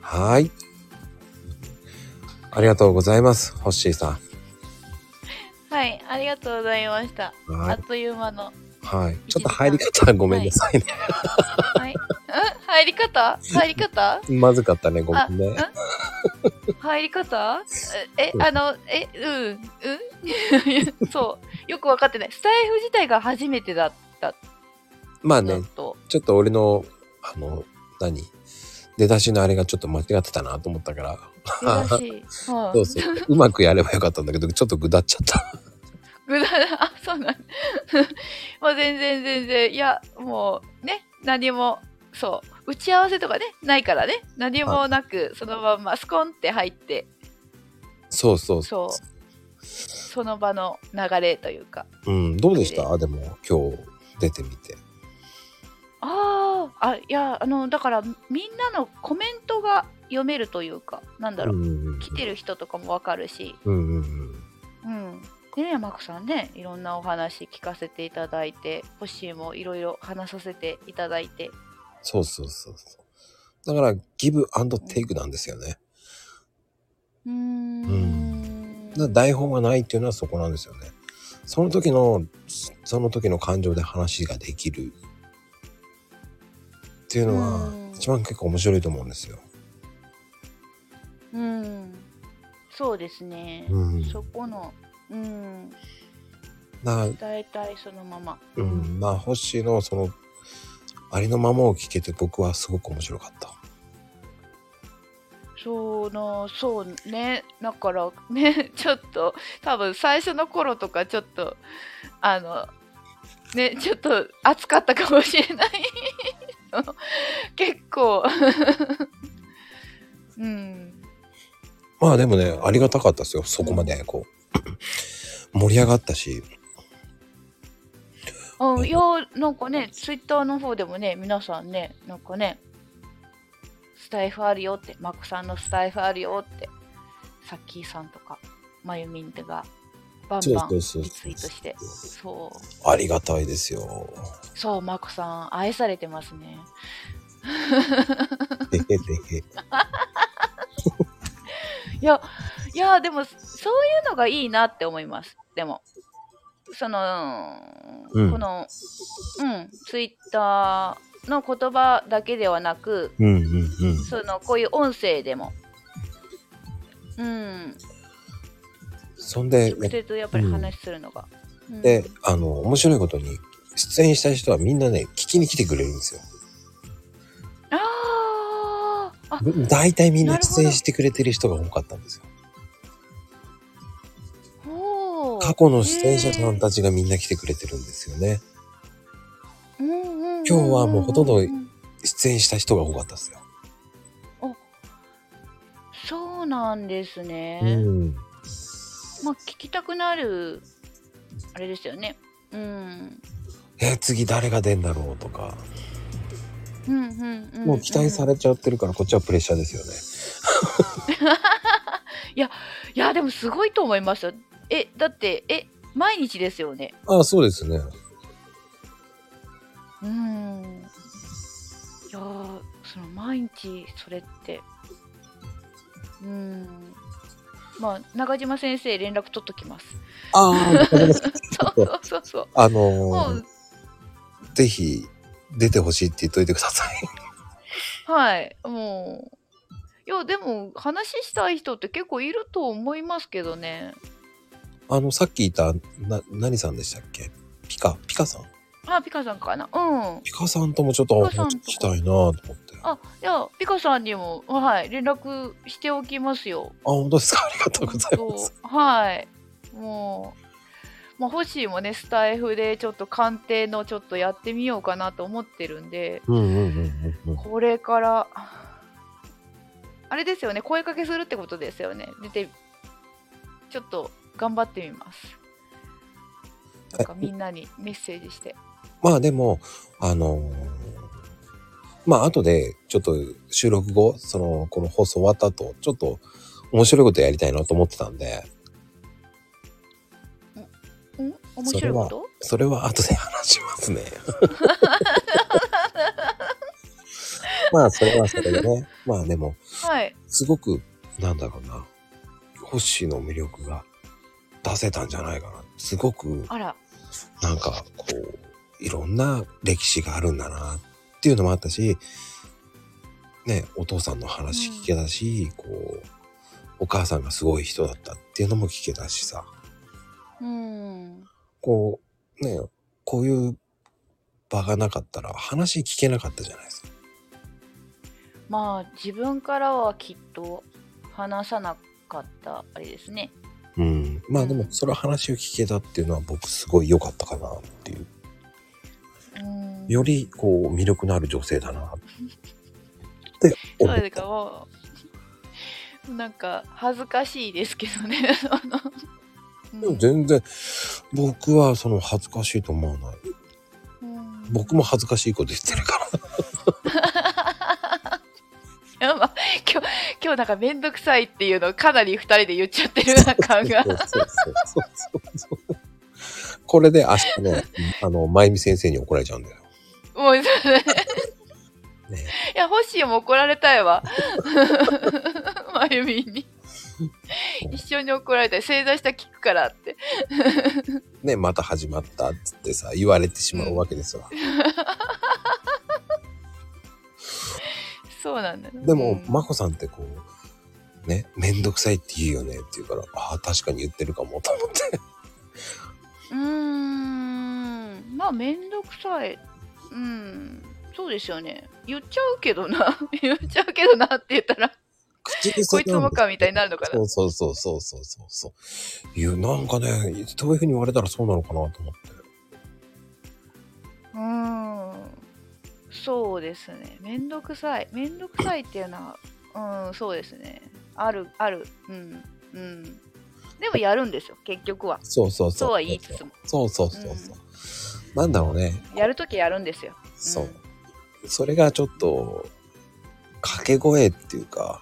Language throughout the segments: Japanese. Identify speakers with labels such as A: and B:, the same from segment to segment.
A: はい。ありがとうございます。ホッシーさん。
B: はい、ありがとうございました。あっという間の。
A: はい。ちょっと入り方ごめんなさいね。
B: はい。はい、入り方入り方
A: まずかったね、ごめんね。
B: 入り方え、あの、え、うん、うん そう。よく分かってない。スタイフ自体が初めてだった。
A: まあね、ちょっと俺の、あの、何出だしのあれがちょっと間違ってたなと思ったから。
B: はあ、
A: そうそう。うまくやればよかったんだけど、ちょっとぐだっちゃった。
B: ぐだあ、そうなん もう全然全然。いや、もうね、何も、そう、打ち合わせとかね、ないからね、何もなく、そのまんまスコンって入って。
A: そうそう
B: そう。その場の流れというか。
A: うん、どうでしたでも今日出てみて。
B: ああいやあのだからみんなのコメントが読めるというかなんだろう,、来てる人とかもわかるし、
A: うんうん
B: うん、うん、ねマクさんねいろんなお話聞かせていただいてホッシーもいろいろ話させていただいて
A: そうそうそうそうだからギブアンドテイクなんですよね
B: うんうん
A: 台本がないっていうのはそこなんですよねその時のその時の感情で話ができるっていうのは一番結構面白いと思うんですよ。
B: うん、そうですね。
A: うん、
B: そこの、うん。
A: な
B: 伝えたいそのまま。
A: うん、まあ星のそのありのままを聞けて僕はすごく面白かった。
B: そのそうねだからね ちょっと多分最初の頃とかちょっとあのねちょっと暑かったかもしれない 結構 うん
A: まあでもねありがたかったですよそこまでこ う盛り上がったし
B: うんいやなんかねツイッターの方でもね皆さんねなんかねスタイフあるよってマコさんのスタイフあるよってさっきーさんとかまゆみんとかバンバンリツイートしてそう
A: ありがたいですよ
B: そうまこさん愛されてますねいやいやでもそういうのがいいなって思いますでもその、うん、このうんツイッターの言葉だけではなく、そのこういう音声でもうん
A: そんで、
B: 直接やっぱり話するのが。
A: うん、で、あの、面白いことに、出演した人はみんなね、聞きに来てくれるんですよ。
B: ああ。
A: 大体みんな出演してくれてる人が多かったんですよ。過去の出演者さんたちがみんな来てくれてるんですよね。今日はもうほとんど出演した人が多かったですよ。
B: そうなんですね。
A: うん
B: まあ、聞きたくなるあれですよねうん
A: え次誰が出んだろうとか
B: うんうんうん、
A: もう期待されちゃってるからこっちはプレッシャーです
B: よねいやいやでもすごいと思いますよえだってえ毎日ですよね
A: ああそうですね
B: うんいやその毎日それってうんまあ、中島先生連絡取っときます。
A: ああ、
B: そうそうそう。
A: あのー、ぜひ出てほしいって言っといてください。
B: はい、もう。いや、でも話したい人って結構いると思いますけどね。
A: あの、さっき言った、な、何さんでしたっけピカ、ピカさん
B: あ、ピカさんかなうん。
A: ピカさんともちょっとお話ししたいなと思って。
B: あ、いや、ピカさんにも、はい、連絡しておきますよ。
A: あ、本当ですか。ありがとうございます。
B: はい。もう、まあ、欲しいもね、スタイフでちょっと鑑定のちょっとやってみようかなと思ってるんで、これから、あれですよね、声かけするってことですよね。出て、ちょっと頑張ってみます。なんかみんなにメッセージして。
A: まあでも、あのーまあ、後で、ちょっと収録後、その、この放送終わった後、ちょっと面白いことやりたいなと思ってたんで。
B: んん面白いこと
A: それは、それは後で話します ね。まあ、それはそれでね。まあ、でも、
B: はい。
A: すごく、なんだろうな、ホッシーの魅力が出せたんじゃないかな。すごく、
B: あら。
A: なんか、こう、いろんな歴史があるんだな、っていうのもあったし、ね、お父さんの話聞けたし、こう、お母さんがすごい人だったっていうのも聞けたしさ、
B: うん。
A: こう、ね、こういう場がなかったら話聞けなかったじゃないですか。
B: まあ、自分からはきっと話さなかった、あれですね。
A: うん。まあでも、その話を聞けたっていうのは僕すごい良かったかなっていう。
B: うん。
A: よりこう魅力のある女性だなって
B: そ
A: 思
B: う
A: っ
B: です
A: た
B: か、もう。なんか、恥ずかしいですけどね。あの
A: でも
B: うん
A: 全然僕はその恥ずかしいと思わない
B: うん
A: 僕も恥ずかしいこと言ってるから
B: いやまあ今日今日なんか面倒くさいっていうのをかなり2人で言っちゃってるような感が
A: そうそうそうそうそうこれで明日 ねあの真由美先生に怒られちゃうんだよ、
B: もうそうだね
A: ね、
B: いや、ホッシーも怒られたいわ。 まゆみんに。一緒に怒られたい。正座したら聞くからって。
A: ねまた始まったっつってさ言われてしまうわけですわ、
B: そうなんだよ。
A: でも、
B: うん
A: まこさんってこうねめんどくさいって言うよねって言うからああ確かに言ってるかもと思って
B: うーん。まあ、めんどくさい。うん。そうですよね。言っちゃうけどな。 言っちゃうけどなって言ったら、
A: 口癖
B: こいつ
A: なん
B: も
A: ですよ
B: かみたいになるのかな。
A: そうそうそうそうそうそうそう。いう、なんかね、そういうふうに言われたらそうなのかなと思って。
B: うーん。そうですね。めんどくさい。めんどくさいっていうのは、うん、そうですね。ある、ある。うん。うん。でもやるんですよ、結局は。
A: そうそうそう。
B: そうは言いつつも。
A: そうそうそうそう。なんだろうね。
B: やるときやるんですよ。
A: そう。それがちょっと、掛け声っていうか、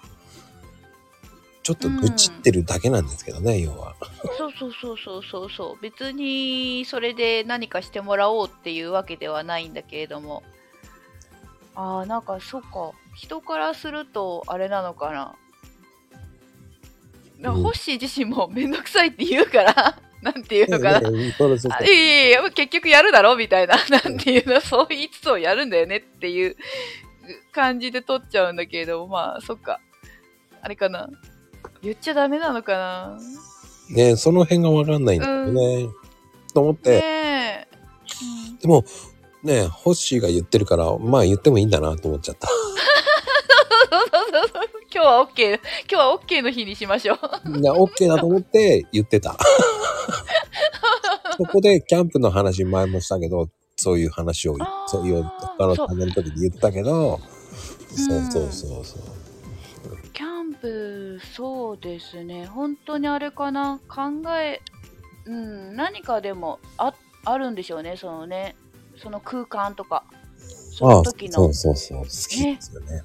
A: ちょっと愚痴ってるだけなんですけどね、要は。
B: そうそうそうそうそうそう。別にそれで何かしてもらおうっていうわけではないんだけれども。ああ、なんかそっか。人からするとあれなのかな。な
A: うん
B: ホッシー自身もめんどくさいって言うから、 なんていうのかな。
A: ねね そうそうそう
B: あいやいやいや、結局やるだろみたいな、 なんていうの、そう言いつつをやるんだよねっていう感じで取っちゃうんだけれども、まあ、そっか。あれかな。言っちゃダメなのかな。
A: ねその辺がわかんないんだよね。と思って、
B: ねえ。うん
A: でも、ねホッシーが言ってるから、まあ言ってもいいんだなと思っちゃ った。
B: そうそうそうそう。今日は OK。今日は OK の日にしましょう。
A: な、OK だと思って言って た。そこでキャンプの話前もしたけど、そういう話を
B: あ、ー
A: そういう他の食べる時に言ったけど、そううんそうそうそう。
B: キャンプ、そうですね。本当にあれかな。考え、うん、何かでもああるんでしょうね。そのね、その空間とか。そ
A: あ
B: の
A: あ
B: 時
A: そ
B: の
A: う。そうそう。好きですよね。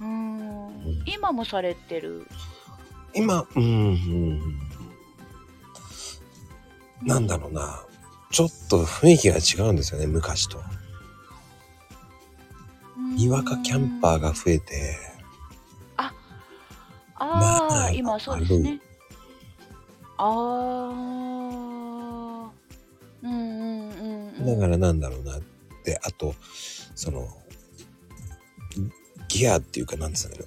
B: うーん今もされてる。
A: 今、うん、うん。なんだろうな。ちょっと雰囲気が違うんですよね、昔と。にわかキャンパーが増えて、
B: ああ、
A: まあ
B: 今そうですね。ああ。うんうんうんうん。
A: だからなんだろうなって、あと、その、ギアっていうか、なんつうんだろ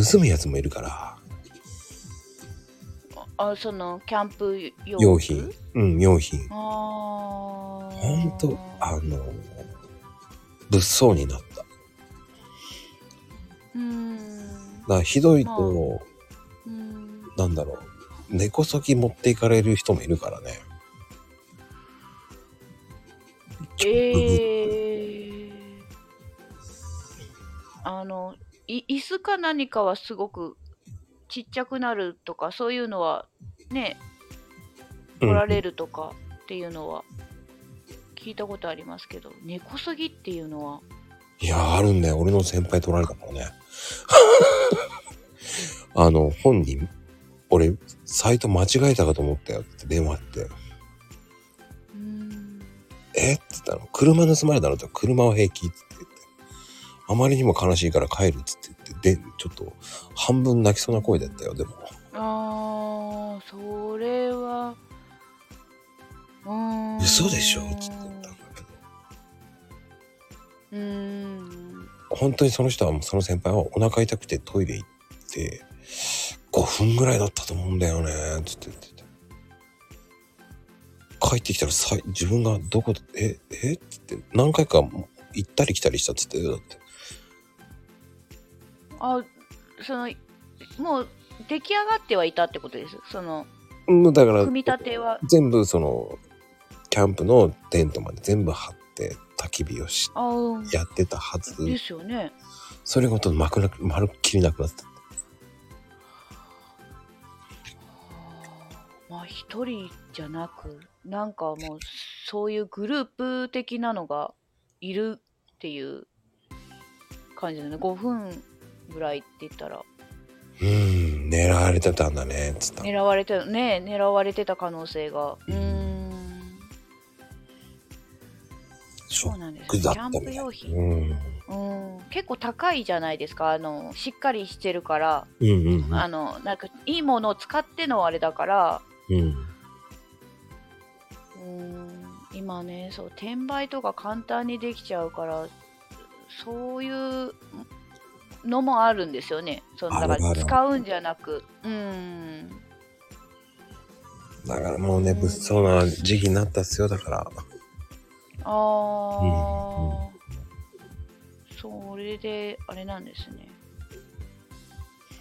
A: う。 盗むやつもいるから、
B: あそのキャンプ用
A: 用品。うん、用品。
B: ああ。
A: ほんと、あの、物騒になった。だか
B: うーん。
A: らひどい
B: ま
A: と、
B: うん。
A: なんだろう。根こそぎ持っていかれる人もいるからね。
B: ええあのい椅子か何かはすごくちっちゃくなるとかそういうのはね
A: うん
B: 来られるとかっていうのは聞いたことありますけど根こそぎっていうのはい
A: や、あるんだよ。俺の先輩取られたからね。 あの、本人、俺、サイト間違えたかと思ったよって電話あって。
B: うーん
A: えって言ったの。車盗まれたのって車は平気って言って。あまりにも悲しいから帰るって言って、で、ちょっと、半分泣きそうな声だったよ、でも。
B: ああそれはうーん
A: 嘘でしょつって言ったんだけど。
B: うーん
A: 本当にその人はもうその先輩はお腹痛くてトイレ行って5分ぐらいだったと思うんだよねつって言ってて帰ってきたらさい自分がどこでええっつって何回かも行ったり来たりしたっつってだって
B: あそのもう出来上がってはいたってことですその
A: うんだから
B: 組み立ては
A: 全部そのキャンプのテントまで全部張って焚き火をし
B: あうん
A: やってたはず
B: ですよね
A: それごとまくなくまるっきりなくなってた
B: まあ一人じゃなくなんかもうそういうグループ的なのがいるっていう感じだね5分ぐらいって言ったら
A: うーん狙われてたんだねつったの
B: 狙われてねえ狙われてた可能性がうーん
A: ショ
B: そう
A: ッ
B: なんです
A: ク
B: ねキ
A: だっ
B: ャ
A: た
B: ン
A: みた
B: プ
A: い
B: 用
A: う
B: 品
A: ん
B: うん結構高いじゃないですかあのしっかりしてるから
A: うんうんうん
B: あのなんかいいものを使ってのあれだから
A: うん
B: うーん今ねそう転売とか簡単にできちゃうからそういうのもあるんですよねその
A: あ
B: だ
A: る
B: か
A: あ
B: ら
A: る
B: 使うんじゃなくうーん
A: だからもうね、物騒な時期になったっすよ、だから。
B: ああ、それであれなんですね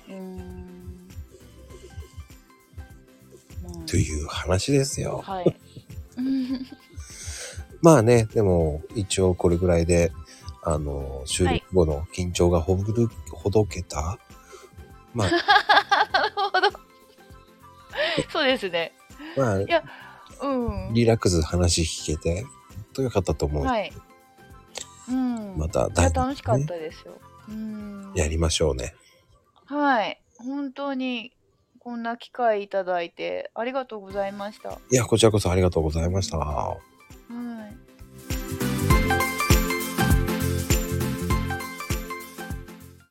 B: うーんまあ
A: という話ですよ。
B: はいうん
A: まあね、でも、一応これぐらいで、あの、収録後の緊張がほぐる、ほどけた。まあ、
B: なるほどそうですね
A: まあ、
B: うん
A: リラックス話聞けて、本当よかったと思う。
B: はいうん
A: また、
B: いや
A: 第二
B: 楽しかったですよ。うん。
A: やりましょうね。
B: はい。本当にこんな機会いただいてありがとうございました。
A: いや、こちらこそありがとうございました。は